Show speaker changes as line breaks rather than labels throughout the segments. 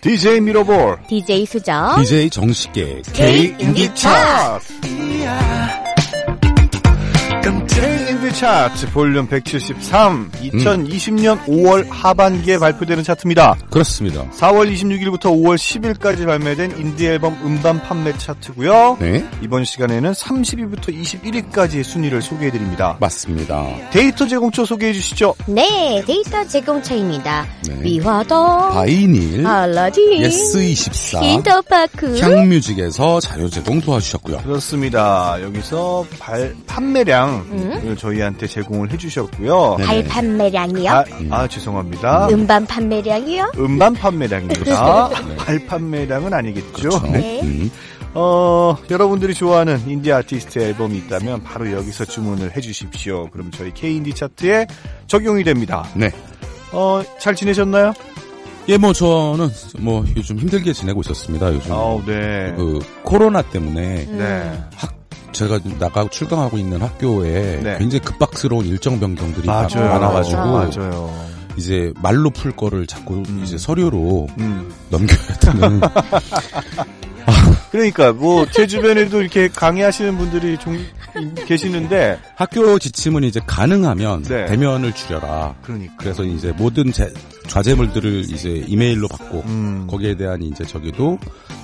DJ 미러볼
DJ 수저.
DJ 정식계
K
K
인기
인기
차트 K 인기 차트 볼륨 173 2020년 5월 하반기에 발표되는 차트입니다.
그렇습니다.
4월 26일부터 5월 10일까지 발매된 인디 앨범 음반 판매 차트고요.
네,
이번 시간에는 30위부터 21위까지의 순위를 소개해드립니다.
맞습니다.
데이터 제공처 소개해주시죠.
네, 데이터 제공처입니다.
네.
미화동,
바이닐,
아, 알라딘,
예스24,
인터파크,
향뮤직에서 자료 제공 도와주셨고요.
그렇습니다. 여기서 발- 판매량을 저희한테 제공을 해주셨고요.
네.
발 판매량이요?
아, 아, 죄송합니다.
음반 판매량이요?
음반 판매량입니다. 발 판매량은 아니겠죠.
그렇죠.
네.
네.
음,
어, 여러분들이 좋아하는 인디 아티스트 앨범이 있다면 바로 여기서 주문을 해주십시오. 그럼 저희 K인디 차트에 적용이 됩니다.
네.
어, 잘 지내셨나요?
예, 뭐 저는 뭐 요즘 힘들게 지내고 있었습니다. 요즘
아우, 네.
음. 그 음. 코로나 때문에
네.
제가 나가 출강하고 있는 학교에
네.
굉장히 급박스러운 일정 변경들이 막
맞아요.
많아가지고
맞아요.
이제 말로 풀 거를 자꾸
음.
이제 서류로
음.
넘겨야 되는
그러니까 뭐 제 주변에도 이렇게 강의하시는 분들이 좀 계시는데
학교 지침은 이제 가능하면
네.
대면을 줄여라.
그러니까
그래서 이제 모든 제- 좌제물들을 이제 이메일로 받고
음.
거기에 대한 이제 저기도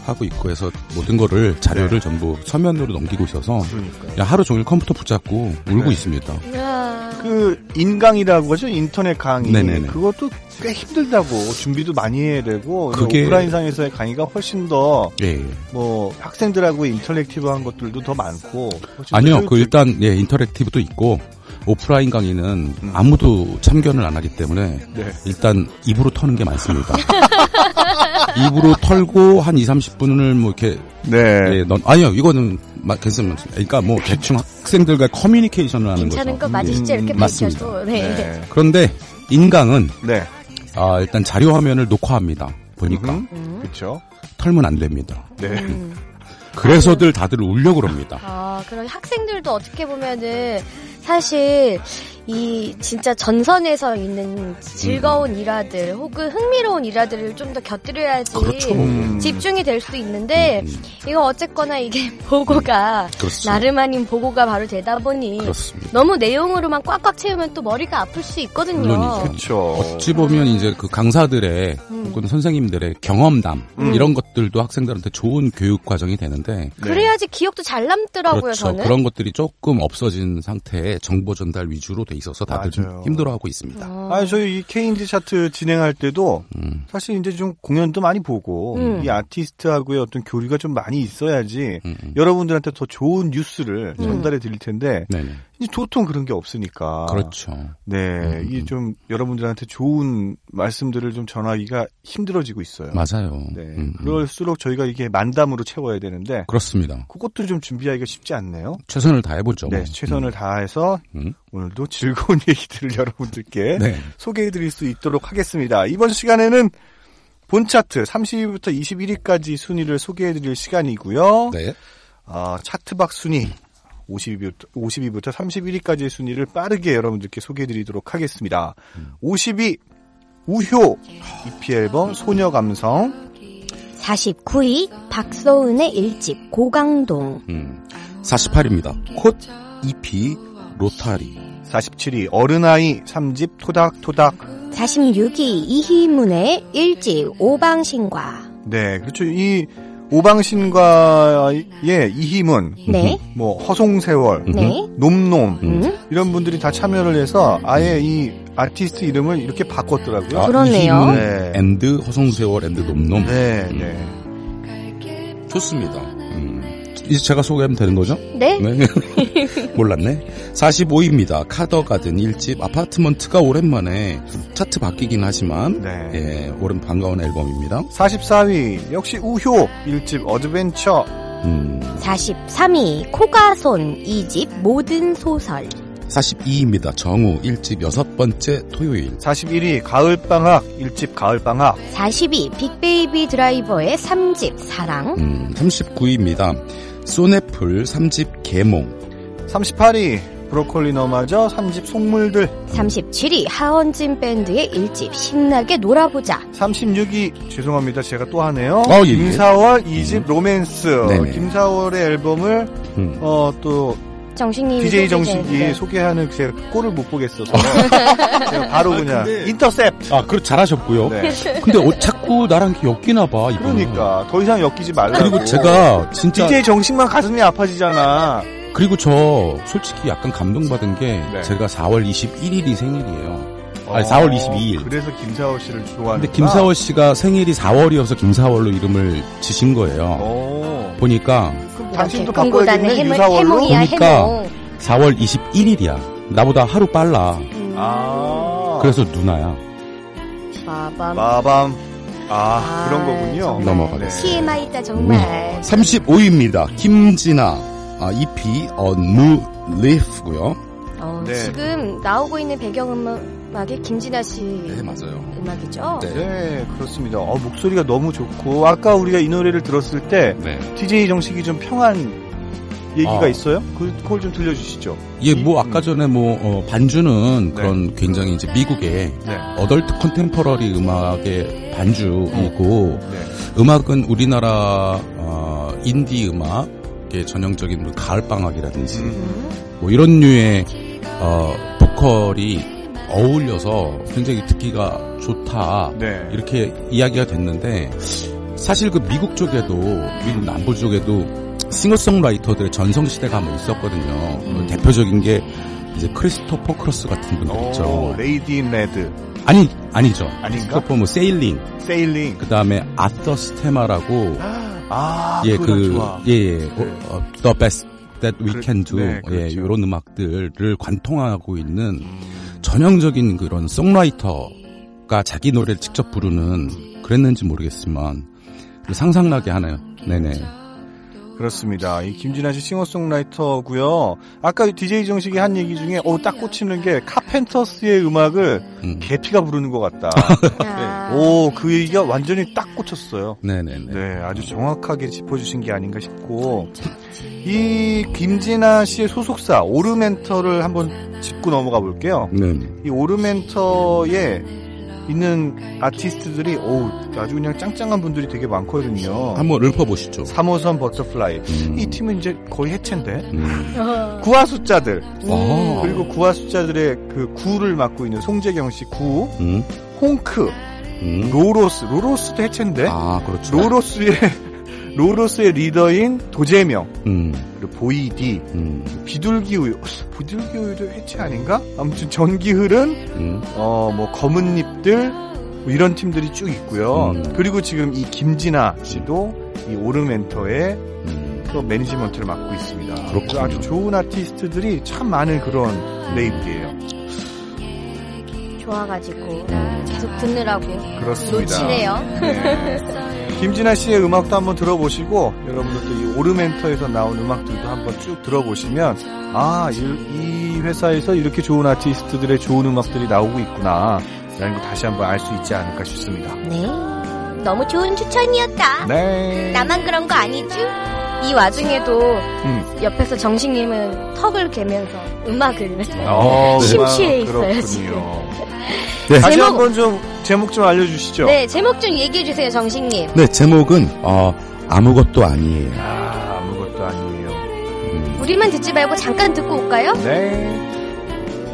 하고 있고 해서 모든 거를 자료를 전부 서면으로 넘기고 있어서
그러니까
그냥 하루 종일 컴퓨터 붙잡고 울고
네.
있습니다.
아,
그 인강이라고 하죠 인터넷 강의
네네네.
그것도 꽤 힘들다고 준비도 많이 해야 되고
그게-
오프라인상에서의 강의가 훨씬 더 뭐
예. 예.
학생들하고 인터랙티브한 것들도 더 많고 훨씬
아니요.
더
그
효율적-
일단 예, 인터랙티브도 있고 오프라인 강의는
음.
아무도 참견을 안 하기 때문에
네.
일단 입으로 터는 게 많습니다. 입으로 털고 한 2, 30분을 뭐 이렇게
네.
예, 넌, 아니요, 이거는 마- 괜찮은 것 같습니다. 그러니까 뭐 대충 학생들과 커뮤니케이션을 하는 거죠.
괜찮은
예.
거 맞으시죠?
음,
이렇게
맞습니다.
밝혀도.
네.
네.
네.
그런데 인강은
네.
아, 일단 자료 화면을 녹화합니다. 보니까
음,
음.
그렇죠.
털면 안 됩니다.
네.
음.
그래서들 다들 울려 그럽니다.
아, 그럼 학생들도 어떻게 보면은 사실 이 진짜 전선에서 있는 즐거운
음.
일화들 혹은 흥미로운 일화들을 좀 더 곁들여야지
그렇죠.
음.
집중이 될 수도 있는데
음,
이거 어쨌거나 이게 보고가
그렇죠.
네. 나름 아닌 보고가 바로 되다 보니
그렇습니다.
너무 내용으로만 꽉꽉 채우면 또 머리가 아플 수 있거든요.
물론이죠. 네.
그렇죠.
어찌 보면 이제 그 강사들의
음.
혹은 선생님들의 경험담
음.
이런 것들도 학생들한테 좋은 교육 과정이 되는데
네.
그래야지 기억도 잘 남더라고요,
그렇죠.
저는.
그런 것들이 조금 없어진 상태에 정보 전달 위주로 돼 있어서 다들 좀
맞아요.
힘들어하고 있습니다.
어.
아, 저희 이 K인디 차트 진행할 때도
음.
사실 이제 좀 공연도 많이 보고
음.
이 아티스트하고의 어떤 교류가 좀 많이 있어야지
음, 음.
여러분들한테 더 좋은 뉴스를
음.
전달해 드릴 텐데
네네.
이제 도통 그런 게 없으니까
그렇죠.
네,
음.
이 좀 여러분들한테 좋은 말씀들을 좀 전하기가 힘들어지고 있어요.
맞아요.
네,
음, 음.
그럴수록 저희가 이게 만담으로 채워야 되는데
그렇습니다.
그것도 좀 준비하기가 쉽지 않네요.
최선을 다해보죠.
네,
뭐.
최선을 다해서
음.
오늘도 즐거운 얘기들을 여러분들께
음. 네.
소개해드릴 수 있도록 하겠습니다. 이번 시간에는 본 차트 30위부터 21위까지 순위를 소개해드릴
어?
시간이고요.
네.
아, 차트박 순위 50위부터, 50위부터 31위까지의 순위를 빠르게 여러분들께 소개해드리도록 하겠습니다. 50위 우효 EP 앨범 소녀 감성
49위 박소은의 일집 고강동.
음. 48입니다. 콧, 잎이, 로타리.
47위 어른아이 3집 토닥토닥
46위 이희문의 일집 오방신과.
네 그렇죠 이 오방신과의 이희문
네.
뭐 허송세월
네.
놈놈
음.
이런 분들이 다 참여를 해서 아예 이 아티스트 이름을 이렇게 바꿨더라고요.
그러네요.
아, 이희문
네.
앤드 허송세월 앤드 놈놈.
네, 네.
좋습니다. 음. 이제 제가 소개하면 되는 거죠?
네.
네. 몰랐네. 45입니다. 카더가든 1집 아파트먼트가 오랜만에 차트 바뀌긴 하지만
네.
예, 오랜 반가운 앨범입니다.
44위 역시 우효 일집 어드벤처
음.
43위 코가손 이집 모든 소설.
42입니다. 정우 1집 여섯 번째 토요일.
41위 가을방학 일집 가을방학
40위 빅베이비 드라이버의 삼집 사랑.
음, 39입니다. 소네풀 3집 개몽.
38위 브로콜리 너마저 3집 속물들
37위 하원진 밴드의 1집 신나게 놀아보자.
36위 죄송합니다 제가 또 하네요
어, 예, 예.
김사월 2집 로맨스
네네.
김사월의 앨범을
음.
어, 또
정식님
DJ
소개된,
정식이
네.
소개하는 제가 꼴을 못 보겠어서 제가 바로 그냥
아, 근데-
인터셉트
아, 그렇 잘하셨고요.
네.
근데 어, 자꾸 나랑 이렇게 엮이나 봐, 이분은.
그러니까 더 이상 엮이지 말라고
그리고 제가 진짜
DJ 정식만 가슴이 아파지잖아
그리고 저 솔직히 약간 감동받은 게
네.
제가 4월 21일이 생일이에요. 아니,
어,
4월 22일.
그래서 김사월 씨를 좋아하는
근데 김사월 씨가 생일이 4월이어서 김사월로 이름을 지신
어.
거예요. 보니까
당신도
이렇게 금고단의
바꿔야겠네,
해물-
유사월로?
해몽이야
그러니까.
해몽.
4월 21일이야. 나보다 하루 빨라.
음.
아
그래서 누나야.
빠밤.
마밤 아
아,
그런 거군요
정말.
넘어가겠습니다.
TMI 있다 네. 정말.
35위입니다. 김진아. 아, EP on new leaf고요.
어,
네.
지금 나오고 있는 배경음악에 김진아 씨
맞아요.
음악이죠.
네.
네 그렇습니다 어, 목소리가 너무 좋고 아까 우리가 이 노래를 들었을 때
네.
DJ 정식이 좀 평한 얘기가
아.
있어요? 그, 그걸 좀 들려주시죠.
예, 뭐 아까 전에 뭐 어, 반주는 그런 굉장히 이제 미국의
네.
어덜트 컨템퍼러리 음악의 반주이고
네.
음악은 우리나라 어, 인디 음악의 전형적인 뭐 가을방학이라든지
음.
뭐 이런 류의 어, 보컬이 어울려서 굉장히 듣기가 좋다
네.
이렇게 이야기가 됐는데 사실 그 미국 쪽에도 미국 남부 쪽에도 싱어송라이터들의 전성시대가 한번 있었거든요. 그 대표적인 게 이제 크리스토퍼 크로스 같은 분들
음. 오, 네.
있죠.
레이디 인 레드,
아니 아니죠.
아닌가?
크리스토퍼 뭐 세일링
세일링.
그 다음에 아서 스테마라고
아,
예,
그거 나
그,
좋아. 네.
예, 예. 어, 어, The Best That We
그래,
Can Do.
네,
예,
그렇죠.
이런 음악들을 관통하고 있는
음.
전형적인 그런 송라이터가 자기 노래를 직접 부르는 그랬는지 모르겠지만 상상나게 하네요. 네네.
그렇습니다. 이 김진아 씨 싱어송라이터고요. 아까 DJ 정식이 한 얘기 중에 어, 딱 꽂히는 게 카펜터스의 음악을
음.
개피가 부르는 것 같다.
아,
네. 오, 그 얘기가 완전히 딱 꽂혔어요.
네네네.
네, 아주 정확하게 짚어주신 게 아닌가 싶고 이 김진아 씨의 소속사 오르멘터를 한번 짚고 넘어가 볼게요.
네네.
이 오르멘터에 있는 아티스트들이 오 아주 그냥 짱짱한 분들이 되게 많거든요.
한번 읊어보시죠.
3호선 버터플라이
음.
이 팀은 이제 거의 해체인데
음.
어.
구화 숫자들
어.
그리고 구화 숫자들의 그 구를 맡고 있는 송재경 씨 구,
음.
홍크,
음.
로로스 로로스도 해체인데
아, 그렇죠.
로로스의 로로스의 리더인 도재명
음.
그리고 보이디
음.
비둘기 우유 어, 비둘기 우유도 해체 아닌가? 아무튼 전기흘은
음.
어 뭐 검은잎들 뭐 이런 팀들이 쭉 있고요.
음.
그리고 지금 이 김진아 씨도 이 오르멘터의
음.
또 매니지먼트를 맡고 있습니다.
그렇군요.
그래서 아주 좋은 아티스트들이 참 많은
아.
그런 레이블이에요.
좋아가지고 계속 듣느라고
그렇습니다.
놓치네요.
네. 김진아 씨의 음악도 한번 들어보시고 여러분들도 이 오르멘터에서 나온 음악들도 한번 쭉 들어보시면 아, 이, 이 회사에서 이렇게 좋은 아티스트들의 좋은 음악들이 나오고 있구나 라는 거 다시 한번 알 수 있지 않을까 싶습니다.
네, 너무 좋은 추천이었다.
네.
나만 그런 거 아니죠? 이 와중에도
음.
옆에서 정식님은 턱을 개면서 음악을
어,
심취해
음악
있어요,
그렇군요.
네.
다시
제목-
한번 좀 제목 좀 알려주시죠.
네 제목 좀 얘기해 주세요 정식님.
네, 제목은, 어, 아무것도 아니에요.
아, 아무것도 아니에요.
음.
우리만 듣지 말고 잠깐 듣고 올까요?
네.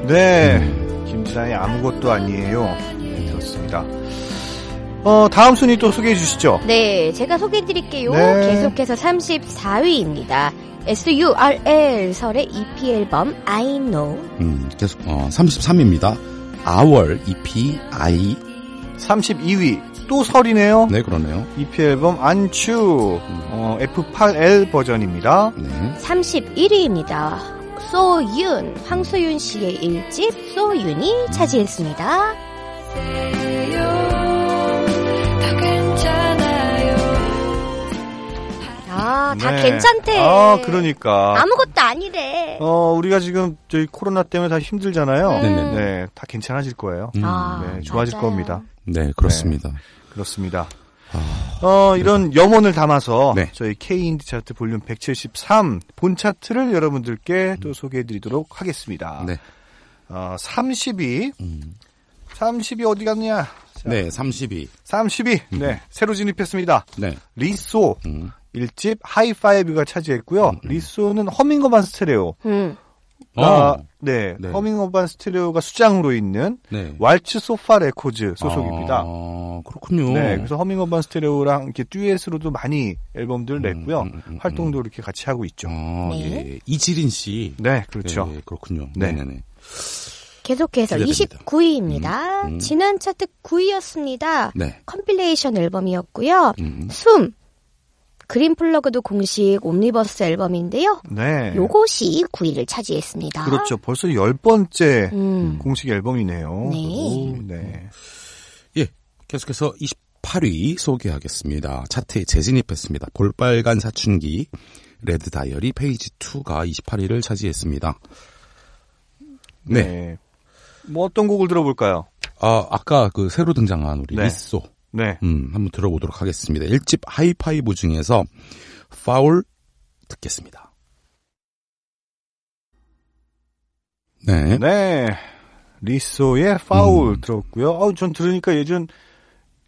네.
음,
김진아의 아무것도 아니에요. 네, 들었습니다. 어, 다음 순위 또 소개해 주시죠.
네, 제가 소개해드릴게요.
네.
계속해서 34위입니다. S.U.R.L. 설의 EP 앨범 I Know.
음, 계속 어, 33입니다. Our EP I
32위. 또 설이네요.
네 그러네요. 음,
EP 앨범 안추. 어, F8L 버전입니다.
네.
31위입니다. 소윤, 황소윤 씨의 일집 소윤이 차지했습니다. 아, 다
네.
괜찮대.
아, 그러니까.
무것도 아니래.
어, 우리가 지금 저희 코로나 때문에 다 힘들잖아요.
네, 네,
네, 다 괜찮아질 거예요.
음,
아,
네, 좋아질
맞아요.
겁니다.
네 그렇습니다.
그렇습니다. 어, 이런 염원을 담아서
네.
저희 K인디 차트 볼륨 173 본 차트를 여러분들께 또 소개해드리도록 하겠습니다.
네. 음,
어, 30위. 30위 어디 갔냐? 자,
네, 음. 32.
30위. 네. 새로 진입했습니다.
네. 음.
리소. 일 1집 하이파이브가 차지했고요. 리소는 허밍어반 스테레오.
음.
가
어.
네,
네.
허밍어반 스테레오가 수장으로 있는
네.
왈츠 소파 레코즈 소속입니다.
아, 그렇군요.
네, 그래서 허밍어반 스테레오랑 이렇게 듀엣으로도 많이 앨범들을 냈고요.
음, 음, 음,
활동도 이렇게 같이 하고 있죠.
아,
네.
예. 이지린 씨.
네, 그렇죠.
예, 그렇군요.
네.
네네네.
계속해서
기대됩니다.
29위입니다.
음.
지난 차트 9위였습니다.
네.
컴필레이션 앨범이었고요.
음.
숨 그린플러그도 공식 옴니버스 앨범인데요.
네.
요것이 9위를 차지했습니다.
그렇죠. 벌써 열 번째
음.
공식 앨범이네요.
네.
오, 네.
예, 계속해서 28위 소개하겠습니다. 차트에 재진입했습니다. 볼빨간 사춘기 레드 다이어리 페이지 2가 28위를 차지했습니다. 네.
네. 뭐 어떤 곡을 들어볼까요?
아, 아까 그 새로 등장한 우리
네.
리소.
네.
음, 한번 들어보도록 하겠습니다. 1집 하이파이브 중에서 파울 듣겠습니다. 네.
네. 리소의 파울
음.
들었고요. 어, 전 들으니까 예전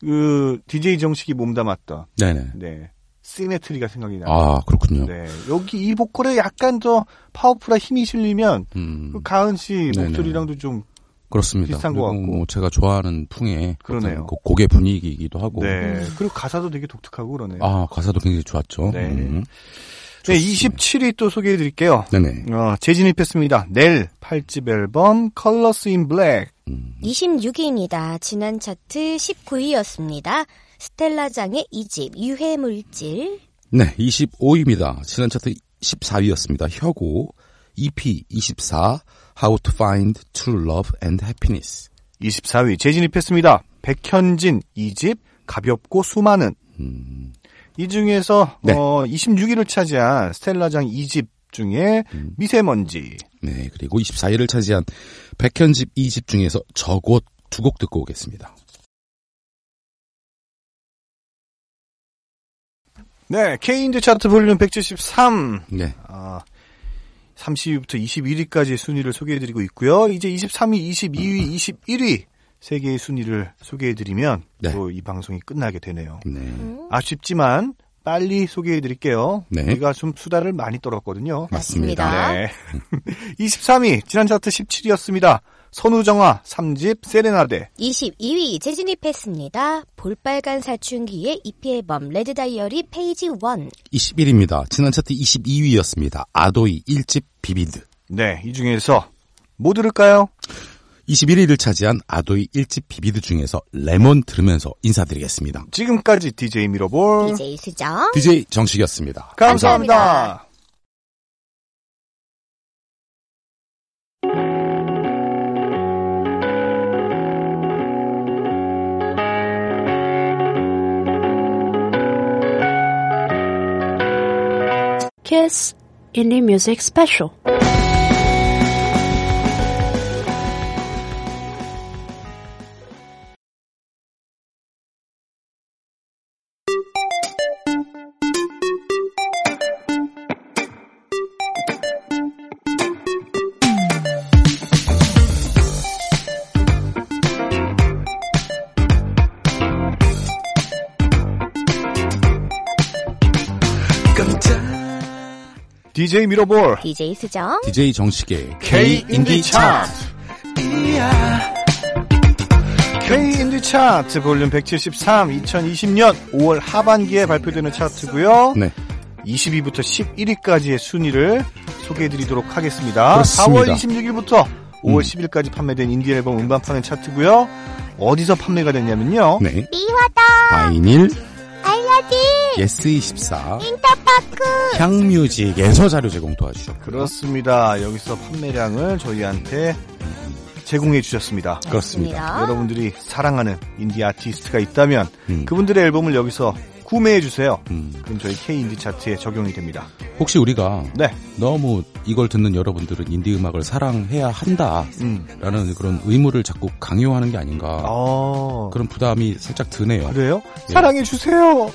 그 DJ 정식이 몸담았다.
네, 네.
네. 시네트리가 생각이 나요.
아, 그렇군요.
네. 여기 이 보컬에 약간 더 파워풀한 힘이 실리면
음,
그 가은 씨
네네.
목소리랑도 좀
그렇습니다.
비슷한 것
그리고
같고.
뭐 제가 좋아하는 풍의
그러네요.
어떤 그 곡의 분위기이기도 하고.
네. 그리고 가사도 되게 독특하고 그러네요.
아, 가사도 굉장히 좋았죠.
네.
음.
네, 27위 또 소개해 드릴게요.
네네.
어, 재진입했습니다. 넬 8집 앨범 Colors in Black.
음.
26위입니다. 지난 차트 19위였습니다. 스텔라장의 2집 유해물질
네, 25위입니다. 지난 차트 14위였습니다. 혁오 EP 24 How to Find True Love and Happiness.
24위 재진입했습니다. 백현진 2집 가볍고 수많은
음.
이 중에서
네.
어, 26위를 차지한 스텔라장 2집 중에 미세먼지.
네, 그리고 24위를 차지한 백현집 2집 중에서 저곳 두 곡 듣고 오겠습니다.
네, K인드 차트 볼륨 173.
네.
아, 30위부터 21위까지 순위를 소개해드리고 있고요. 이제 23위, 22위, 21위 세 개의 순위를 소개해드리면
네.
또 이 방송이 끝나게 되네요.
네.
음. 아쉽지만 빨리 소개해드릴게요.
네.
우리가 좀 수다를 많이 떨었거든요.
맞습니다.
맞습니다.
네. 23위 지난 차트 17위였습니다. 선우정아 3집 세레나데
22위 재진입했습니다. 볼빨간 사춘기의 EP 앨범 레드 다이어리 페이지 1
21위입니다. 지난 차트 22위였습니다. 아도이 1집 비비드.
네, 이 중에서 뭐 들을까요?
21위를 차지한 아도이 1집 비비드 중에서 레몬 들으면서 인사드리겠습니다.
지금까지 DJ 미러볼
DJ 수정
DJ 정식이었습니다.
감사합니다.
감사합니다.
Kiss Indie Music Special.
DJ 미러볼
DJ 수정
DJ 정식의
K
K
인디
인디
차트.
차트.
K 인디 차트 볼륨 173 2020년 5월 하반기에 발표되는 차트고요.
네.
20위부터 11위까지의 순위를 소개해 드리도록 하겠습니다.
그렇습니다.
4월 26일부터 5월 10일까지 판매된 인디 앨범 음반판의 차트고요. 어디서 판매가 됐냐면요.
네.
미화다
바이닐,
알려디
예스24,
인터파크
향뮤직에서 자료 제공 도와주셨고요.
그렇습니다. 여기서 판매량을 저희한테 제공해 주셨습니다.
그렇습니다.
여러분들이 사랑하는 인디 아티스트가 있다면
음.
그분들의 앨범을 여기서 구매해 주세요.
음,
그럼 저희 K 인디 차트에 적용이 됩니다.
혹시 우리가
네.
너무 이걸 듣는 여러분들은 인디 음악을 사랑해야 한다라는
음.
그런 의무를 자꾸 강요하는 게 아닌가
아.
그런 부담이 살짝 드네요.
그래요?
예.
사랑해 주세요.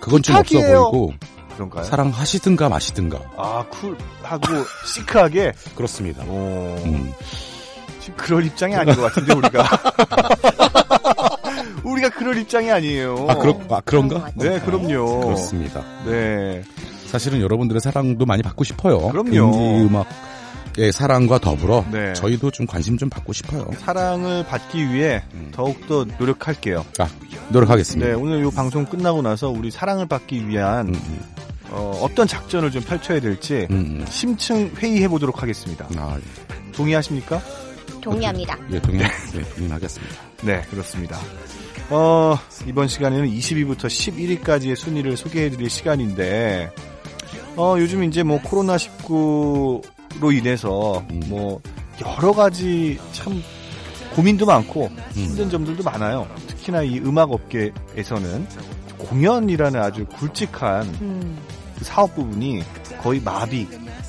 그건 좀 없어
부탁이에요.
보이고
그런가요?
사랑하시든가 마시든가
아, 쿨하고 시크하게.
그렇습니다.
오.
음,
지금 그럴 입장이 아닌 것 같은데 우리가. 우리가 그럴 입장이 아니에요.
아, 그렇- 아, 그런가?
네, 그럼요.
그렇습니다.
네.
사실은 여러분들의 사랑도 많이 받고 싶어요.
그럼요.
인디 음악의 사랑과 더불어
네.
저희도 좀 관심 좀 받고 싶어요.
사랑을 받기 위해
음.
더욱더 노력할게요.
아, 노력하겠습니다.
네, 오늘 이 방송 끝나고 나서 우리 사랑을 받기 위한
음, 음,
어, 어떤 작전을 좀 펼쳐야 될지
음,
심층 회의해 보도록 하겠습니다.
음. 아,
동의하십니까?
동의합니다.
예, 동의, 예, 동의하겠습니다.
네, 그렇습니다. 어, 이번 시간에는 20위부터 11위까지의 순위를 소개해 드릴 시간인데, 어, 요즘 이제 뭐 코로나19로 인해서
음.
뭐 여러 가지 참 고민도 많고
음,
힘든 점들도 많아요. 특히나 이 음악 업계에서는 공연이라는 아주 굵직한
음.
그 사업 부분이 거의 마비,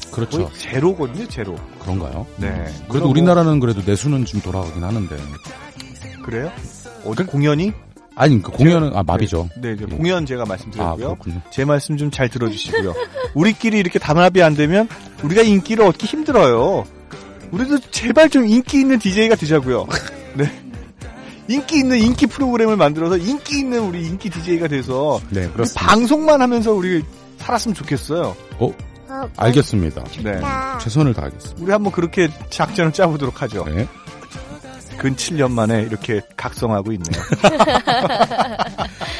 거의
그렇죠.
제로거든요, 제로.
음. 그런가요?
네. 그럼
그래도
뭐-
우리나라는 그래도 내수는 좀 돌아가긴 하는데.
그래요? 어디 공연이?
아니, 그 공연은, 아, 마비죠.
네, 이제
예.
공연 제가
아,
말씀드렸고요.
그렇군요.
제 말씀 좀 잘 들어주시고요. 우리끼리 이렇게 담합이 안 되면 우리가 인기를 얻기 힘들어요. 우리도 제발 좀 인기 있는 DJ가 되자고요. 네. 인기 있는 인기 프로그램을 만들어서 인기 있는 우리 인기 DJ가 돼서
네, 그렇습니다.
방송만 하면서 우리 살았으면 좋겠어요.
어,
어,
알겠습니다.
네.
최선을 다하겠습니다.
우리 한번 그렇게 작전을 짜보도록 하죠.
네.
근 7년 만에 이렇게 각성하고 있네요.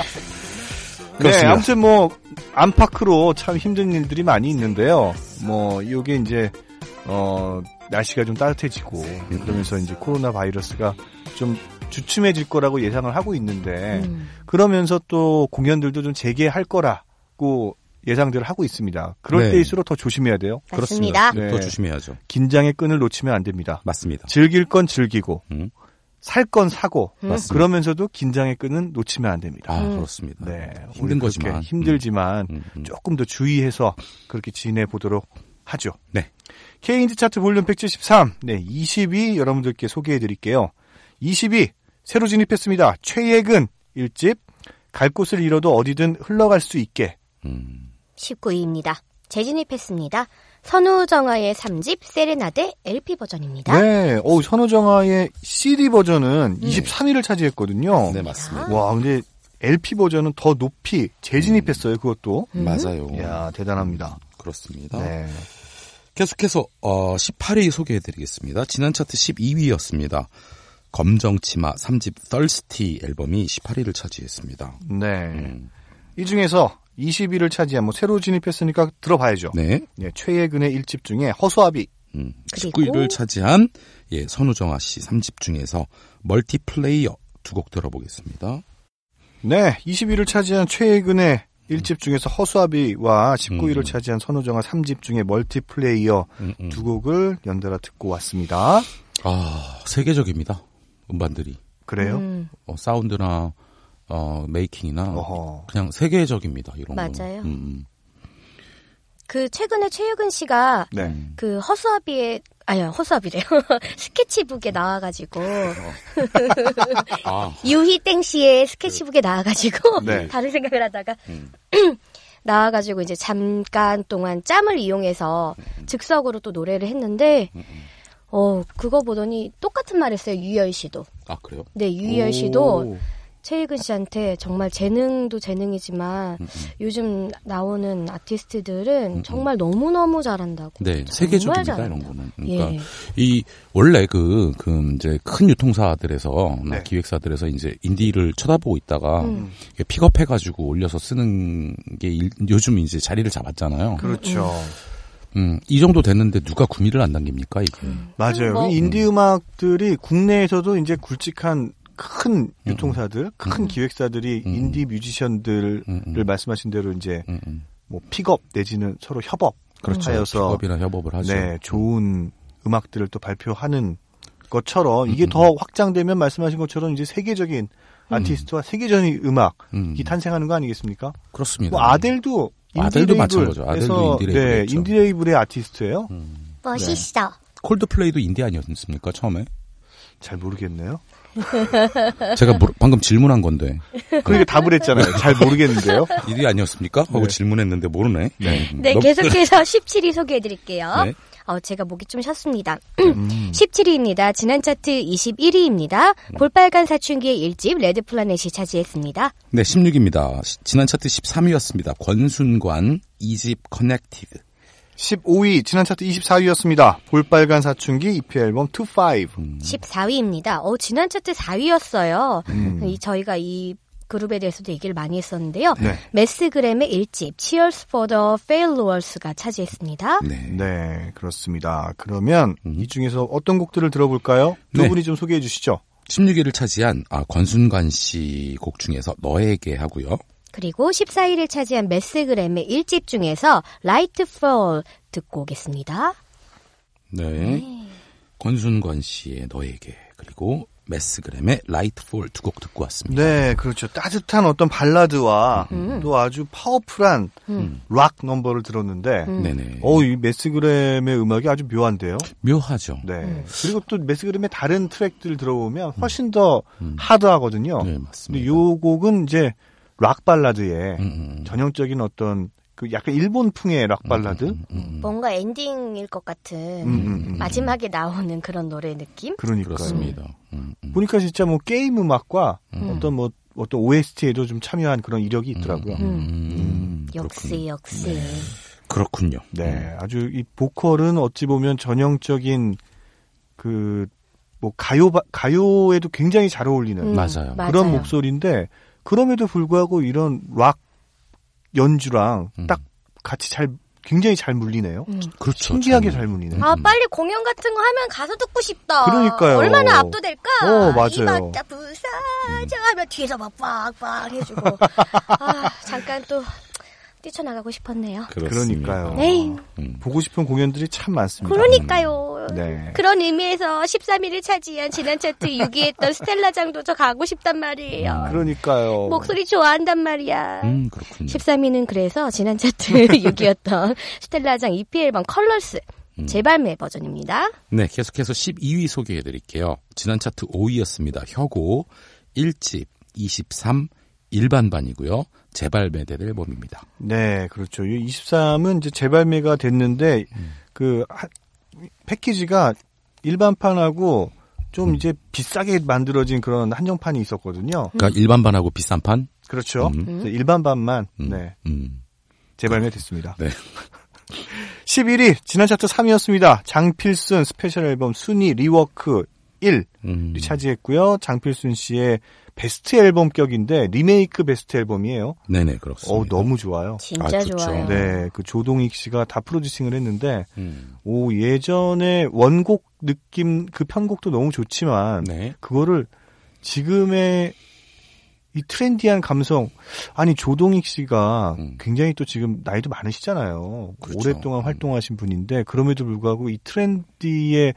네,
그렇습니다.
아무튼 뭐 안팎으로 참 힘든 일들이 많이 있는데요. 뭐 이게 이제 어 날씨가 좀 따뜻해지고
네.
그러면서 이제 코로나 바이러스가 좀 주춤해질 거라고 예상을 하고 있는데
음.
그러면서 또 공연들도 좀 재개할 거라고 예상들을 하고 있습니다. 그럴
네.
때일수록 더 조심해야 돼요.
맞습니다.
네.
더 조심해야죠.
긴장의 끈을 놓치면 안 됩니다.
맞습니다.
즐길 건 즐기고
음.
살 건 사고
음.
맞습니다.
그러면서도 긴장의 끈은 놓치면 안 됩니다.
아,
음.
그렇습니다.
네,
힘든
오늘 그렇게
거지만.
힘들지만
음, 음.
조금 더 주의해서 그렇게 지내 보도록 하죠.
네.
K인지 차트 볼륨 173. 네, 20위 여러분들께 소개해 드릴게요. 20위 새로 진입했습니다. 최예근 1집 갈 곳을 잃어도 어디든 흘러갈 수 있게.
음.
19위입니다. 재진입했습니다. 선우정아의 3집 세레나데 LP 버전입니다.
네. 어, 선우정아의 CD 버전은 23위를 차지했거든요.
음. 네, 맞습니다.
와, 근데 LP 버전은 더 높이 재진입했어요. 그것도.
맞아요.
음. 이야, 대단합니다.
그렇습니다.
네.
계속해서 어, 18위 소개해드리겠습니다. 지난 차트 12위였습니다. 검정치마 3집 Thirsty 앨범이 18위를 차지했습니다.
네.
음.
이 중에서 20위를 차지한 뭐 새로 진입했으니까 들어봐야죠.
네.
예, 최예근의 1집 중에 허수아비.
음.
그리고-
19위를 차지한 예, 선우정아 씨 3집 중에서 멀티플레이어 두 곡 들어보겠습니다.
네, 20위를 차지한 최예근의 1집 중에서 허수아비와 19위를
음.
차지한 선우정아 3집 중에 멀티플레이어
음, 음.
두 곡을 연달아 듣고 왔습니다.
아, 세계적입니다. 음반들이.
그래요?
음,
어, 사운드나 어, 메이킹이나
어허.
그냥 세계적입니다. 이런 거.
맞아요.
음,
그 최근에 최유근 씨가
네.
음.
그 허수아비의 아니 허수아비래요. 스케치북에 나와가지고
아,
유희 땡 씨의 스케치북에 나와가지고
네.
다른 생각을 하다가
음.
나와가지고 이제 잠깐 동안 짬을 이용해서
음.
즉석으로 또 노래를 했는데 어 그거 보더니 똑같은 말했어요 유열 씨도
아 그래요?
네 유열 씨도 최희근 씨한테 정말 재능도 재능이지만
음,
요즘 나오는 아티스트들은 정말 너무 너무 잘한다고
네,
정말
세계적입니다
잘한다.
이런 거는. 그러니까
예.
이 원래 그, 그 이제 큰 유통사들에서
네.
기획사들에서 이제 인디를 쳐다보고 있다가
음.
이게 픽업해가지고 올려서 쓰는 게 일- 요즘 이제 자리를 잡았잖아요.
그렇죠.
음, 이 정도 됐는데 누가 구미를 안 당깁니까 이게?
맞아요.
뭐-
이 인디 음악들이 국내에서도 이제 굵직한 큰 유통사들, 큰 기획사들이
음.
인디 뮤지션들을
음, 음.
말씀하신 대로 이제
음, 음.
뭐 픽업 내지는 서로 협업
그렇죠.
하여서
픽업이나 협업을 하죠. 음.
네, 좋은
음,
음악들을 또 발표하는 것처럼 이게 더 확장되면 말씀하신 것처럼 이제 세계적인 아티스트와 세계적인 음악이
음.
탄생하는 거 아니겠습니까?
그렇습니다.
뭐 아델도
아델도
인디레이블
마찬가지죠. 아델도 인디레이블이었죠.
네, 인디레이블의 아티스트예요.
음.
멋있어.
콜드플레이도 인디 아니었습니까 처음에?
잘 모르겠네요.
제가 물- 방금 질문한 건데
그러니까 답을 했잖아요. 잘 모르겠는데요.
인디 아니었습니까? 하고
네.
질문했는데 모르네. 네,
네,
너무-
계속해서 17위 소개해드릴게요.
네. 음.
어, 제가 목이 좀 쉬었습니다. 17위입니다. 지난 차트 21위입니다. 볼빨간 사춘기의 일집 레드플라넷이 차지했습니다.
네, 16입니다. 지난 차트 13위였습니다. 권순관 이집 커넥티드.
15위 지난 차트 24위였습니다. 볼빨간 사춘기 EP 앨범 25.
음.
14위입니다. 어, 지난 차트 4위였어요.
음.
이, 저희가 이 그룹에 대해서도 얘기를 많이 했었는데요.
네.
메스그램의 일집 Cheers for the Failures가 차지했습니다.
네.
네, 그렇습니다. 그러면 이 중에서 어떤 곡들을 들어볼까요?
음.
두
네.
분이 좀 소개해 주시죠.
16위를 차지한 아, 권순관 씨 곡 중에서 너에게 하고요.
그리고 14위를 차지한 메스그램의 일집 중에서 Light Fall 듣고 오겠습니다.
음.
네. 권순관 씨의 너에게 그리고 메스그램의 라이트폴 두 곡 듣고 왔습니다.
네, 그렇죠. 따뜻한 어떤 발라드와
음.
또 아주 파워풀한 락 넘버를 들었는데,
네네.
음. 어우, 이 메스그램의 음악이 아주 묘한데요?
묘하죠.
네. 그리고 또 메스그램의 다른 트랙들 들어보면 훨씬 더 하드하거든요.
음. 네,
근데
맞습니다.
요 곡은 이제 락 발라드의
음,
전형적인 어떤 그 약간 일본풍의 락 발라드?
음,
뭔가 엔딩일 것 같은
음, 음, 음.
마지막에 나오는 그런 노래 느낌?
그러니까요.
그렇습니다. 음, 음.
보니까 진짜 뭐 게임 음악과 어떤 뭐 어떤 OST에도 좀 참여한 그런 이력이 있더라고요.
음,
역시 역시
그렇군요.
네, 아주 이 보컬은 어찌 보면 전형적인 그 뭐 가요 바- 가요에도 굉장히 잘 어울리는
음,
맞아요.
그런
맞아요.
목소리인데 그럼에도 불구하고 이런 락 연주랑
음.
딱 같이 잘 굉장히 잘 물리네요.
음.
그렇죠.
신기하게
저는.
잘 물리네.
아 빨리 공연 같은 거 하면 가서 듣고 싶다.
그러니까요.
얼마나 압도될까?
어, 맞아요. 음.
이박자 부사자 하면 뒤에서 막 빡빡 해주고 아 잠깐 또 뛰쳐나가고 싶었네요.
음.
그렇습니다.
그러니까요.
에이
음.
보고 싶은 공연들이 참 많습니다.
그러니까요.
네.
그런 의미에서 13위를 차지한 지난 차트 6위했던 스텔라장도 저 가고 싶단 말이에요.
그러니까요.
목소리 좋아한단 말이야.
음, 그렇군요.
13위는 그래서 지난 차트 6위였던 스텔라장 EP 앨범 컬러스
음.
재발매 버전입니다.
네, 계속해서 12위 소개해 드릴게요. 지난 차트 5위였습니다. 혁오 1집 23 일반반이고요. 재발매된 앨범입니다.
네, 그렇죠. 이 23은 이제 재발매가 됐는데
음.
그 하- 패키지가 일반판하고
음.
좀 이제 비싸게 만들어진 그런 한정판이 있었거든요.
음.
그러니까 일반반하고 비싼 판?
그렇죠. 그래서 일반판만
음,
네,
음.
재발매됐습니다.
네.
11위 지난 차트 3위였습니다. 장필순 스페셜 앨범 순위 리워크 1
음.
이 차지했고요. 장필순 씨의 베스트 앨범격인데 리메이크 베스트 앨범이에요.
네네, 그렇습니다.
어우 너무 좋아요.
진짜
아, 좋죠.
좋아요.
네, 그 조동익 씨가 다 프로듀싱을 했는데
음.
오 예전에 원곡 느낌 그 편곡도 너무 좋지만
네.
그거를 지금의 이 트렌디한 감성 아니 조동익 씨가
음.
굉장히 또 지금 나이도 많으시잖아요.
그렇죠.
오랫동안 활동하신 분인데 그럼에도 불구하고 이 트렌디의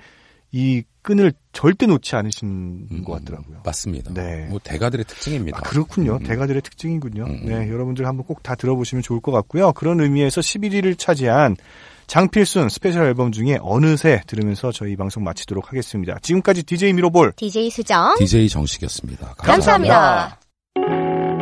이 끈을 절대 놓지 않으신
음,
것 같더라고요.
맞습니다.
네.
뭐 대가들의 특징입니다.
아, 그렇군요.
음.
대가들의 특징이군요.
음.
네, 여러분들 한번 꼭 다 들어보시면 좋을 것 같고요. 그런 의미에서 11위를 차지한 장필순 스페셜 앨범 중에 어느새 들으면서 저희 방송 마치도록 하겠습니다. 지금까지 DJ 미로볼
DJ 수정
DJ 정식이었습니다.
감사합니다.
감사합니다.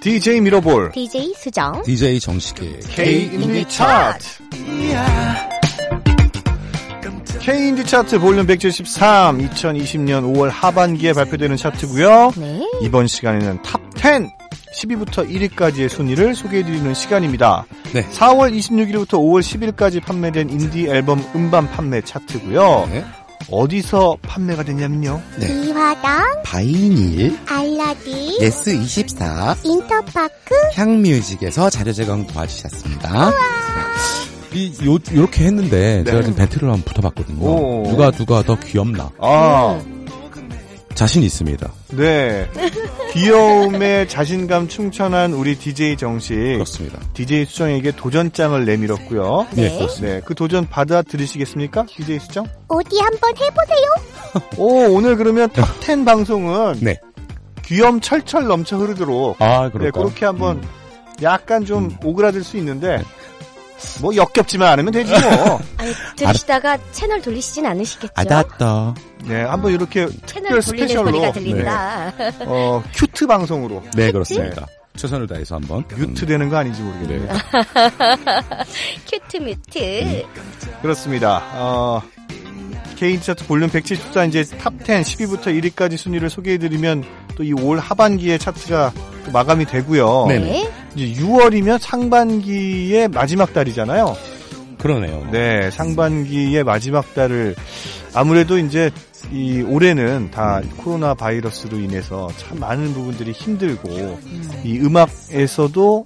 DJ 미로볼
DJ 수정
DJ 정식의
K 인디 차트 K 인디 차트 볼륨 173 2020년 5월 하반기에 발표되는 차트고요.
네
이번 시간에는 탑 10, 10위부터 1위까지의 순위를 소개해드리는 시간입니다.
네.
4월 26일부터 5월 10일까지 판매된 인디 앨범 음반 판매 차트고요.
네.
어디서 판매가 되냐면요.
네.
이화당,
바이닐,
알라디,
S24,
인터파크,
향뮤직에서 자료 제공 도와주셨습니다. 이, 요, 요렇게 했는데,
네.
제가 지금 배틀을 한번 붙어봤거든요.
오.
누가, 누가 더 귀엽나?
아,
자신 있습니다.
네. 귀여움에 자신감 충천한 우리 DJ 정식.
그렇습니다.
DJ 수정에게 도전장을 내밀었고요.
예,
네.
그렇습니다.
네, 그 도전 받아들이시겠습니까? DJ 수정?
어디 한번 해보세요.
오, 오늘 그러면 탑10 방송은
네.
귀염 철철 넘쳐 흐르도록
아,
네,
그럴까요?
그렇게 한번
음.
약간 좀 오그라들 수 있는데
네.
뭐 역겹지만 않으면 되지 뭐.
아니, 들으시다가 채널 돌리시진 않으시겠죠?
아닿다.
네, 한번 이렇게
채널
특별
돌리는
스페셜로
소리가 들린다.
어, 큐트 방송으로
네, 그렇습니다. 음, 최선을 다해서 한번.
뮤트 되는 거 아닌지 모르겠네요.
네.
큐트 뮤트.
그렇습니다. 어, 개인 차트 볼륨 174 이제 탑10 10위부터 1위까지 순위를 소개해드리면 또 이 올 하반기에 차트가 또 마감이 되고요.
네네.
네.
이제 6월이면 상반기의 마지막 달이잖아요.
음, 그러네요.
네, 상반기의 마지막 달을 아무래도 이제 이 올해는 다 코로나 바이러스로 인해서 참 많은 부분들이 힘들고 이 음악에서도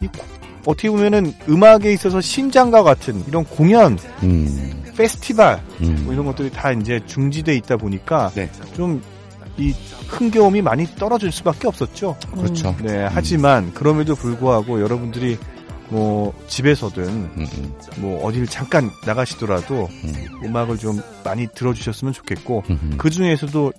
이 코- 어떻게 보면은 음악에 있어서 신장과 같은 이런 공연,
음,
페스티벌
음.
뭐 이런 것들이 다 이제 중지돼 있다 보니까
네.
좀 이 흥겨움이 많이 떨어질 수밖에 없었죠.
음.
그렇죠.
네, 하지만 그럼에도 불구하고 여러분들이 뭐 집에서든
음, 음,
뭐 어디를 잠깐 나가시더라도
음,
음악을 좀 많이 들어주셨으면 좋겠고
음, 음.
그 중에서도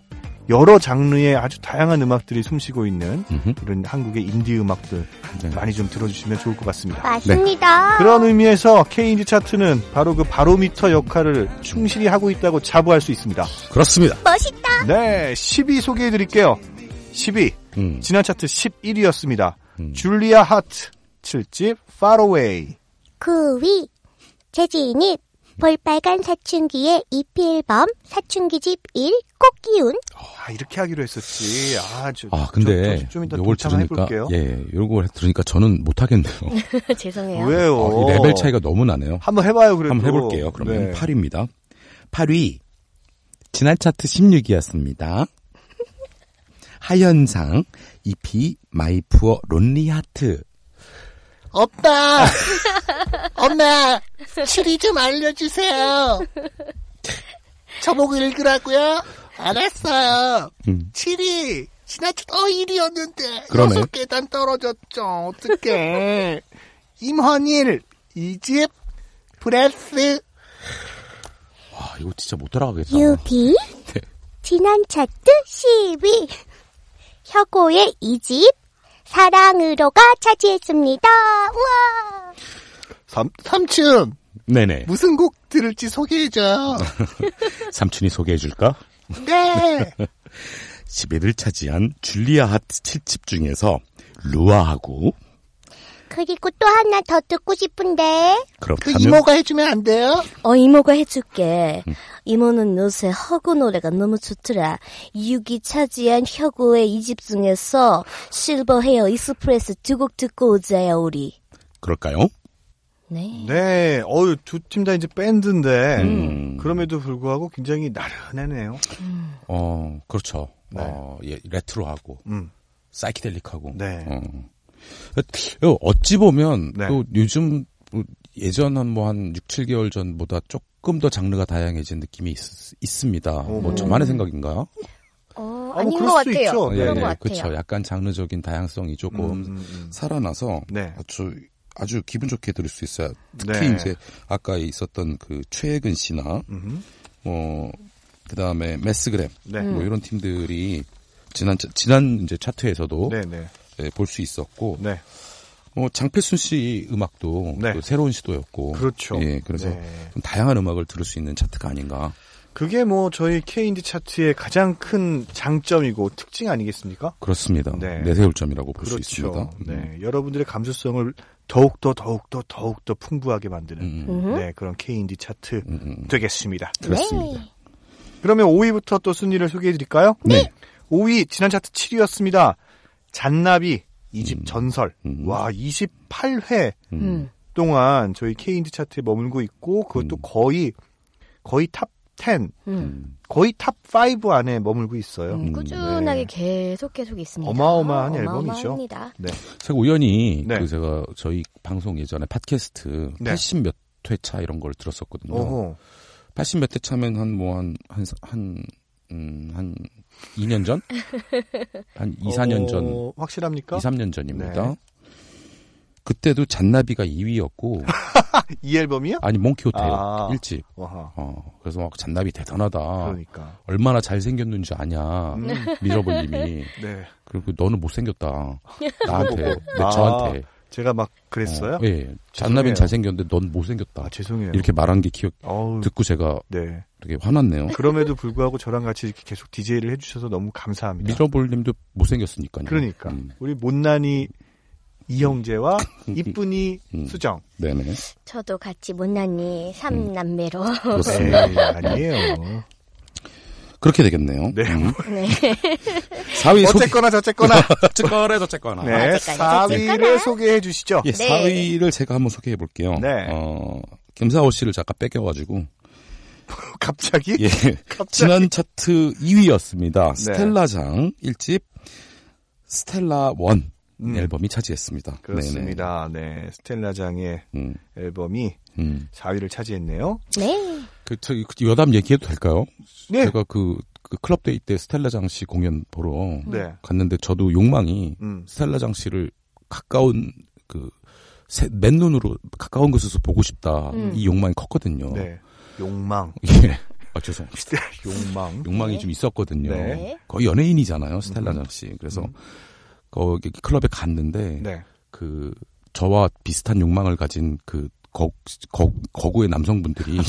여러 장르의 아주 다양한 음악들이 숨쉬고 있는
음흠.
이런 한국의 인디 음악들
네.
많이 좀 들어주시면 좋을 것 같습니다.
맞습니다.
그런 의미에서 K인디 차트는 바로 그 바로미터 역할을 충실히 하고 있다고 자부할 수 있습니다.
그렇습니다.
멋있다.
네, 10위 소개해 드릴게요. 10위.
음,
지난 차트 11위였습니다.
음.
줄리아 하트 7집 Far Away.
9위, 재진입, 볼빨간 사춘기의 EP 앨범, 사춘기 집 1, 꽃기운,
아, 이렇게 하기로 했었지. 아, 저,
아, 근데
좀, 좀 이따
요걸
동참
들으니까
해볼게요.
예, 요걸 들으니까 저는 못 하겠네요.
죄송해요.
왜요?
아, 이 레벨 차이가 너무 나네요.
한번 해봐요, 그래도.
한번 해볼게요. 그러면
네.
8위입니다. 8위 지난 차트 16위였습니다. 하현상 EP 마이 푸어 론리 하트
오빠, 엄마, 추리 좀 알려주세요. 저보고 읽으라고요? 알았어요.
음.
7위, 지난주 어 1위였는데
그러네.
여섯 계단 떨어졌죠. 어떡해. 임헌일, 이집, 브레스,
와 아, 이거 진짜 못 따라가겠다.
유비,
네.
지난 차트 10위, 혁오의 이집, 사랑으로가 차지했습니다. 우와!
3,
삼촌,
네네.
무슨 곡 들을지 소개해줘요.
삼촌이 소개해줄까?
네.
11을 차지한 줄리아 하트 7집 중에서 루아하고
그리고 또 하나 더 듣고 싶은데,
그
그렇다면
이모가 해주면 안 돼요?
어, 이모가 해줄게. 이모는 요새 허구 노래가 너무 좋더라. 육이 차지한 혁우의 이 집 중에서 실버 헤어 익스프레스 두 곡 듣고 오자야, 우리.
그럴까요?
네.
네, 어유 두 팀 다 이제 밴드인데
음.
그럼에도 불구하고 굉장히 나른하네요.
어 그렇죠. 어, 예, 레트로하고
음.
사이키델릭하고.
네.
어. 어찌 보면
네.
또 요즘 예전 한 뭐 한 6, 7개월 전보다 조금 더 장르가 다양해진 느낌이 있, 습니다뭐 저만의 생각인가요?
아,
어,
뭐
아닌
그럴
것
수도
같아요.
있죠. 음. 네.
그런 것 같아요.
그렇죠. 약간 장르적인 다양성이 조금 살아나서
음, 네.
아주 아주 기분 좋게 들을 수 있어요. 특히
네.
이제 아까 있었던 그 최혜근 씨나 뭐 그다음에 매스그램
음. 네.
뭐
음.
이런 팀들이 지난 차- 지난 이제 차트에서도 예,
네, 네,
볼 수 있었고
네.
뭐 장필순 씨 음악도
네.
또 새로운 시도였고
그렇죠.
예, 그래서
네.
좀 다양한 음악을 들을 수 있는 차트가 아닌가.
그게 뭐 저희 K인디 차트의 가장 큰 장점이고 특징 아니겠습니까?
그렇습니다.
네.
내세울 점이라고 볼 수
그렇죠.
있습니다. 음.
네, 여러분들의 감수성을 더욱더 더욱더 더욱더 풍부하게 만드는
음.
음.
네, 그런 K인디 차트 되겠습니다.
그렇습니다.
그러면 5위부터 또 순위를 소개해 드릴까요?
네.
5위 지난 차트 7위였습니다. 잔나비 이 집
음.
전설.
음.
와, 28회
음.
동안 저희 K인디 차트에 머물고 있고 그것도
음.
거의 거의 탑10,
음.
음.
거의 탑5 안에 머물고 있어요.
음, 꾸준하게 계속 계속 있습니다.
어마어마한
어,
앨범이죠.
어마어마합니다.
제가 우연히
네.
그 제가 저희 방송 예전에 팟캐스트
네.
80 몇 회 차 이런 걸 들었었거든요.
어허.
80 몇 회 차면 한 뭐 한 한 한 음, 한 2년 전? 한 2, 4년 전.
어, 확실합니까?
2, 3년 전입니다.
네.
그때도 잔나비가 2위였고
이 앨범이요?
아니 몽키호텔
아.
일집
와하.
어, 그래서 막 잔나비 대단하다.
그러니까.
얼마나 잘생겼는지 아냐.
음,
미러블님이.
네.
그리고 너는 못생겼다. 나한테.
그거
근데
아,
저한테.
제가 막 그랬어요?
어, 예. 잔나비는
죄송해요.
잘생겼는데 넌 못생겼다.
아, 죄송해요.
이렇게 말한 게 기억,
어우,
듣고 제가
네.
되게 화났네요.
그럼에도 불구하고 저랑 같이 이렇게 계속 DJ를 해주셔서 너무 감사합니다.
미러볼님도 못생겼으니까요.
그러니까.
음,
우리 못난이 이형제와 이쁜이
음.
수정.
네네.
저도 같이 못난이 삼남매로
그렇습니다.
에이, 네, 아니에요.
그렇게 되겠네요.
네.
네.
4위 소개.
어쨌거나 저쨌거나.
어쨌거나, 저쨌거나.
네.
아, 어쨌거나
4위를 소개해 주시죠.
음. 예,
네.
4위를 제가 한번 소개해 볼게요.
네.
어, 김사호 씨를 잠깐 뺏겨가지고.
갑자기?
예. 지난 차트 2위였습니다.
네.
스텔라장 1집 스텔라 원
음,
앨범이 차지했습니다.
그렇습니다. 네. 스텔라장의
네네. 음,
앨범이
음.
4위를 차지했네요.
네.
그, 저, 그 여담 얘기해도 될까요?
네.
제가 그, 그 클럽 데이 때 스텔라장 씨 공연 보러
네.
갔는데 저도 욕망이
음.
스텔라장 씨를 가까운 그, 새- 맨눈으로 가까운 곳에서 보고 싶다.
음.
이 욕망이 컸거든요.
네. 욕망.
예. 아, 죄송합니다.
욕망.
욕망이 좀 있었거든요.
네. 음.
거의 연예인이잖아요, 스텔라장 씨. 그래서 거기 클럽에 갔는데
네.
그 저와 비슷한 욕망을 가진 그 거, 거, 거구의 남성분들이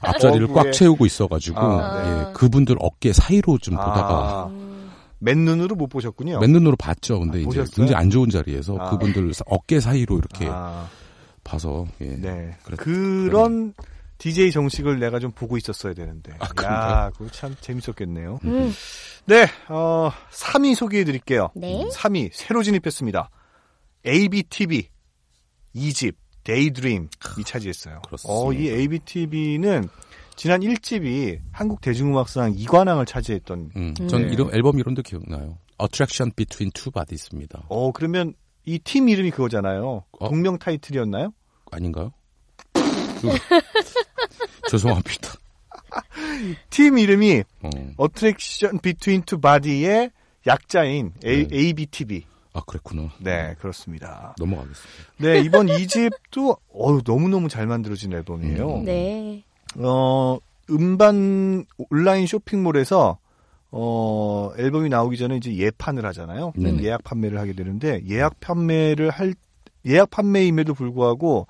앞자리를
거구의-
꽉 채우고 있어가지고
아,
네.
예, 그분들 어깨 사이로 좀 음, 보다가
아, 맨눈으로 못 보셨군요.
맨눈으로 봤죠. 근데
아,
이제
보셨어요?
굉장히 안 좋은 자리에서
아.
그분들 어깨 사이로 이렇게
아,
봐서 예.
네.
그렇-
그런 DJ 정식을 내가 좀 보고 있었어야 되는데.
아,
야,
그런가요?
그거 참 재밌었겠네요.
음.
네, 어, 3위 소개해 드릴게요.
네.
3위 새로 진입했습니다. ABTV 2집 데이드림 이 차지했어요.
그렇습니다.
어, 이 ABTV는 지난 1집이 한국 대중음악상 2관왕을 차지했던
음, 전
네.
이름 앨범 이름도 기억나요. Attraction Between Two Bodies입니다.
어, 그러면 이 팀 이름이 그거잖아요.
어?
동명 타이틀이었나요?
아닌가요? 음. 죄송합니다.
팀 이름이
어.
어트랙션 비트윈 투 바디의 약자인 A,
네.
ABTV.
아 그랬구나.
네, 그렇습니다.
넘어가겠습니다.
네, 이번 이집도 어우, 너무너무 잘 만들어진 앨범이에요.
음.
네.
어, 음반 온라인 쇼핑몰에서 어, 앨범이 나오기 전에 이제 예판을 하잖아요.
네네.
예약 판매를 하게 되는데 예약 판매를 할 예약 판매임에도 불구하고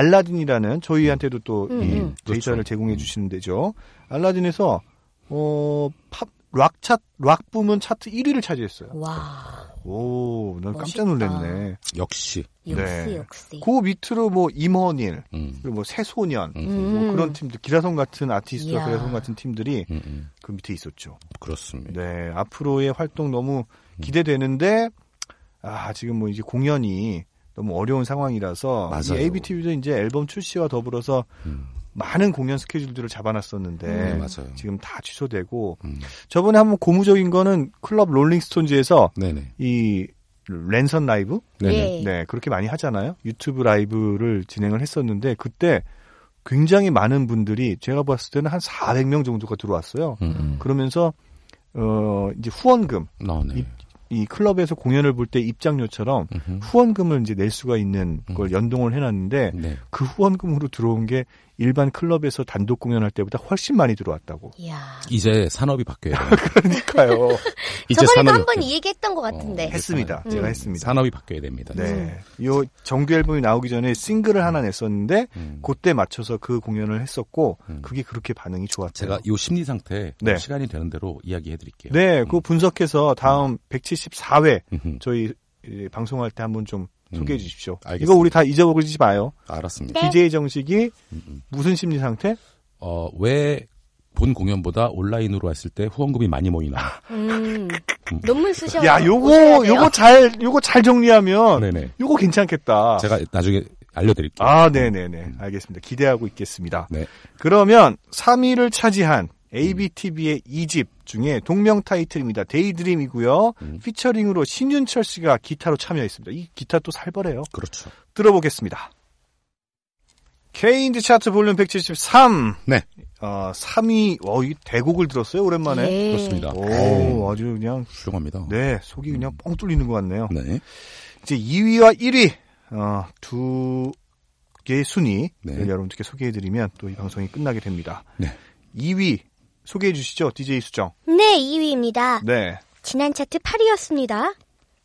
알라딘이라는 저희한테도 또
음,
이
음.
데이터를
그렇죠.
제공해 주시는 데죠. 알라딘에서 어, 팝, 락 차트, 락 부문 차트 1위를 차지했어요.
와.
오, 난 깜짝
멋있다.
놀랐네.
역시.
역시
네.
역시.
그 밑으로 뭐 임원일,
음.
그리고 뭐 새소년,
음.
뭐 그런 팀들, 기라성 같은 아티스트,
이야.
기라성 같은 팀들이
음, 음.
그 밑에 있었죠.
그렇습니다.
네, 앞으로의 활동 너무
음.
기대되는데 아 지금 뭐 이제 공연이 너무 어려운 상황이라서 이
맞아요.
ABTV도 이제 앨범 출시와 더불어서
음.
많은 공연 스케줄들을 잡아놨었는데
네, 맞아요.
지금 다 취소되고
음.
저번에 한번 고무적인 거는 클럽 롤링스톤즈에서
네네.
이 랜선 라이브
네네.
예.
네 그렇게 많이 하잖아요 유튜브 라이브를 진행을 했었는데 그때 굉장히 많은 분들이 제가 봤을 때는 한 400명 정도가 들어왔어요
음, 음.
그러면서 어 이제 후원금
나오네.
이- 이 클럽에서 공연을 볼 때 입장료처럼
음흠.
후원금을 이제 낼 수가 있는 걸 연동을 해놨는데
네.
그 후원금으로 들어온 게 일반 클럽에서 단독 공연할 때보다 훨씬 많이 들어왔다고.
이야.
이제 산업이 바뀌어요.
그러니까요.
저번에도 한 번 얘기했던 것 같은데.
어.
했습니다. 제가 했습니다.
산업이 바뀌어야 됩니다.
네. 요 정규 앨범이 나오기 전에 싱글을 하나 냈었는데
음.
그때 맞춰서 그 공연을 했었고
음.
그게 그렇게 반응이 좋았대요.
제가 이 심리 상태
네.
시간이 되는 대로 이야기해 드릴게요.
네, 그 분석해서 다음 174회
음흠.
저희 이 방송할 때 한번 좀 소개해
음.
주십시오.
알겠습니다.
이거 우리 다 잊어버리지 마요.
알았습니다.
DJ 정식이
음, 음.
무슨 심리 상태?
어, 왜 본 공연보다 온라인으로 했을 때 후원금이 많이 모이나.
음. 논문 쓰셔.
야, 요거,
오셔야 돼요.
요거 잘, 요거 잘 정리하면,
네네.
요거 괜찮겠다.
제가 나중에 알려드릴게요.
아, 네네네. 알겠습니다. 기대하고 있겠습니다.
네.
그러면 3위를 차지한 ABTV의 2집 중에 동명 타이틀입니다. 데이드림이고요.
음.
피처링으로 신윤철 씨가 기타로 참여했습니다. 이 기타 또 살벌해요.
그렇죠.
들어보겠습니다. 케인즈 차트 볼륨 173.
네.
어, 3위. 어, 이 대곡을 들었어요. 오랜만에.
예.
그렇습니다. 오,
오, 아주 그냥
훌륭합니다.
네, 속이 그냥 뻥 뚫리는 것 같네요.
네.
이제 2위와 1위 어, 두 개의 순위
네.
여러분들께 소개해드리면 또 이 방송이 끝나게 됩니다.
네.
2위 소개해 주시죠, DJ 수정.
네, 2위입니다.
네,
지난 차트 8위였습니다.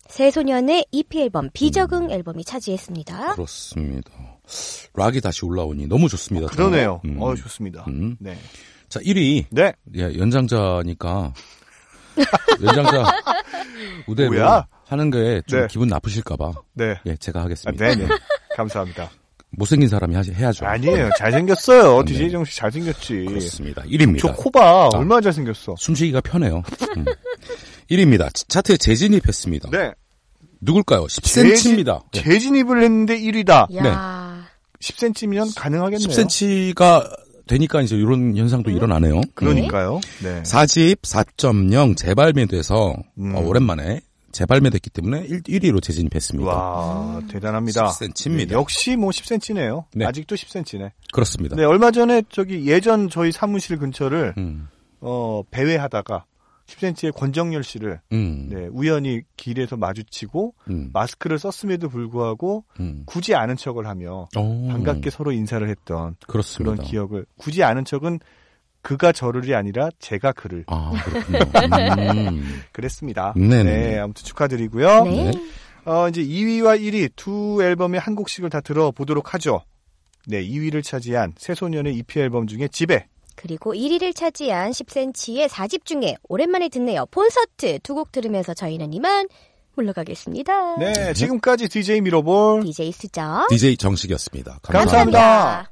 새소년의
E
EP 앨범 비적응 앨범이 차지했습니다.
그렇습니다. 락이 다시 올라오니 너무 좋습니다. 정말.
그러네요.
음.
어, 좋습니다.
음.
네,
자, 1위.
네,
예, 연장자니까. 연장자 우대로
뭐야?
하는 게 좀
네.
기분 나쁘실까봐.
네,
예, 제가
아,
하겠습니다.
네, 네. 감사합니다.
못생긴 사람이 하시, 해야죠.
아니에요, 잘 생겼어요.
네.
DJ 정씨 잘 생겼지.
그렇습니다. 1위입니다.
저 코봐 얼마나 잘 생겼어.
숨쉬기가 편해요. 음. 1위입니다. 차트에 재진입했습니다.
네,
누굴까요? 10cm입니다. 네.
재진- 재진입을 했는데 1위다.
야.
10cm면 가능하겠네요. 음.
10cm가 예, 되니까 이제 이런 현상도 일어나네요.
그러니까요. 네,
4집 4.0 재발매돼서
음.
어, 오랜만에 재발매됐기 때문에 1, 1위로 재진입했습니다.
와 대단합니다.
10cm 입니다.
네, 역시 뭐 10cm네요.
네.
아직도 10cm네.
그렇습니다.
네 얼마 전에 저기 예전 저희 사무실 근처를
음,
어 배회하다가 10cm의 권정열 씨를
음,
네, 우연히 길에서 마주치고
음,
마스크를 썼음에도 불구하고
음.
굳이 아는 척을 하며
오,
반갑게 서로 인사를 했던 그런
그렇습니다.
기억을 굳이 아는 척은 그가 저를이 아니라 제가 그를
아
네.
그렇군요. 음,
그랬습니다.
네네.
네 아무튼 축하드리고요.
네.
어, 이제 2위와 1위 두 앨범의 한 곡씩을 다 들어보도록 하죠. 네, 2위를 차지한 새소년의 EP 앨범 중에 집에.
그리고 1위를 차지한 10cm의 4집 중에 오랜만에 듣네요. 콘서트 두 곡 들으면서 저희는 이만 물러가겠습니다.
네, 지금까지 DJ 미러볼.
DJ 수정.
DJ 정식이었습니다.
감사합니다.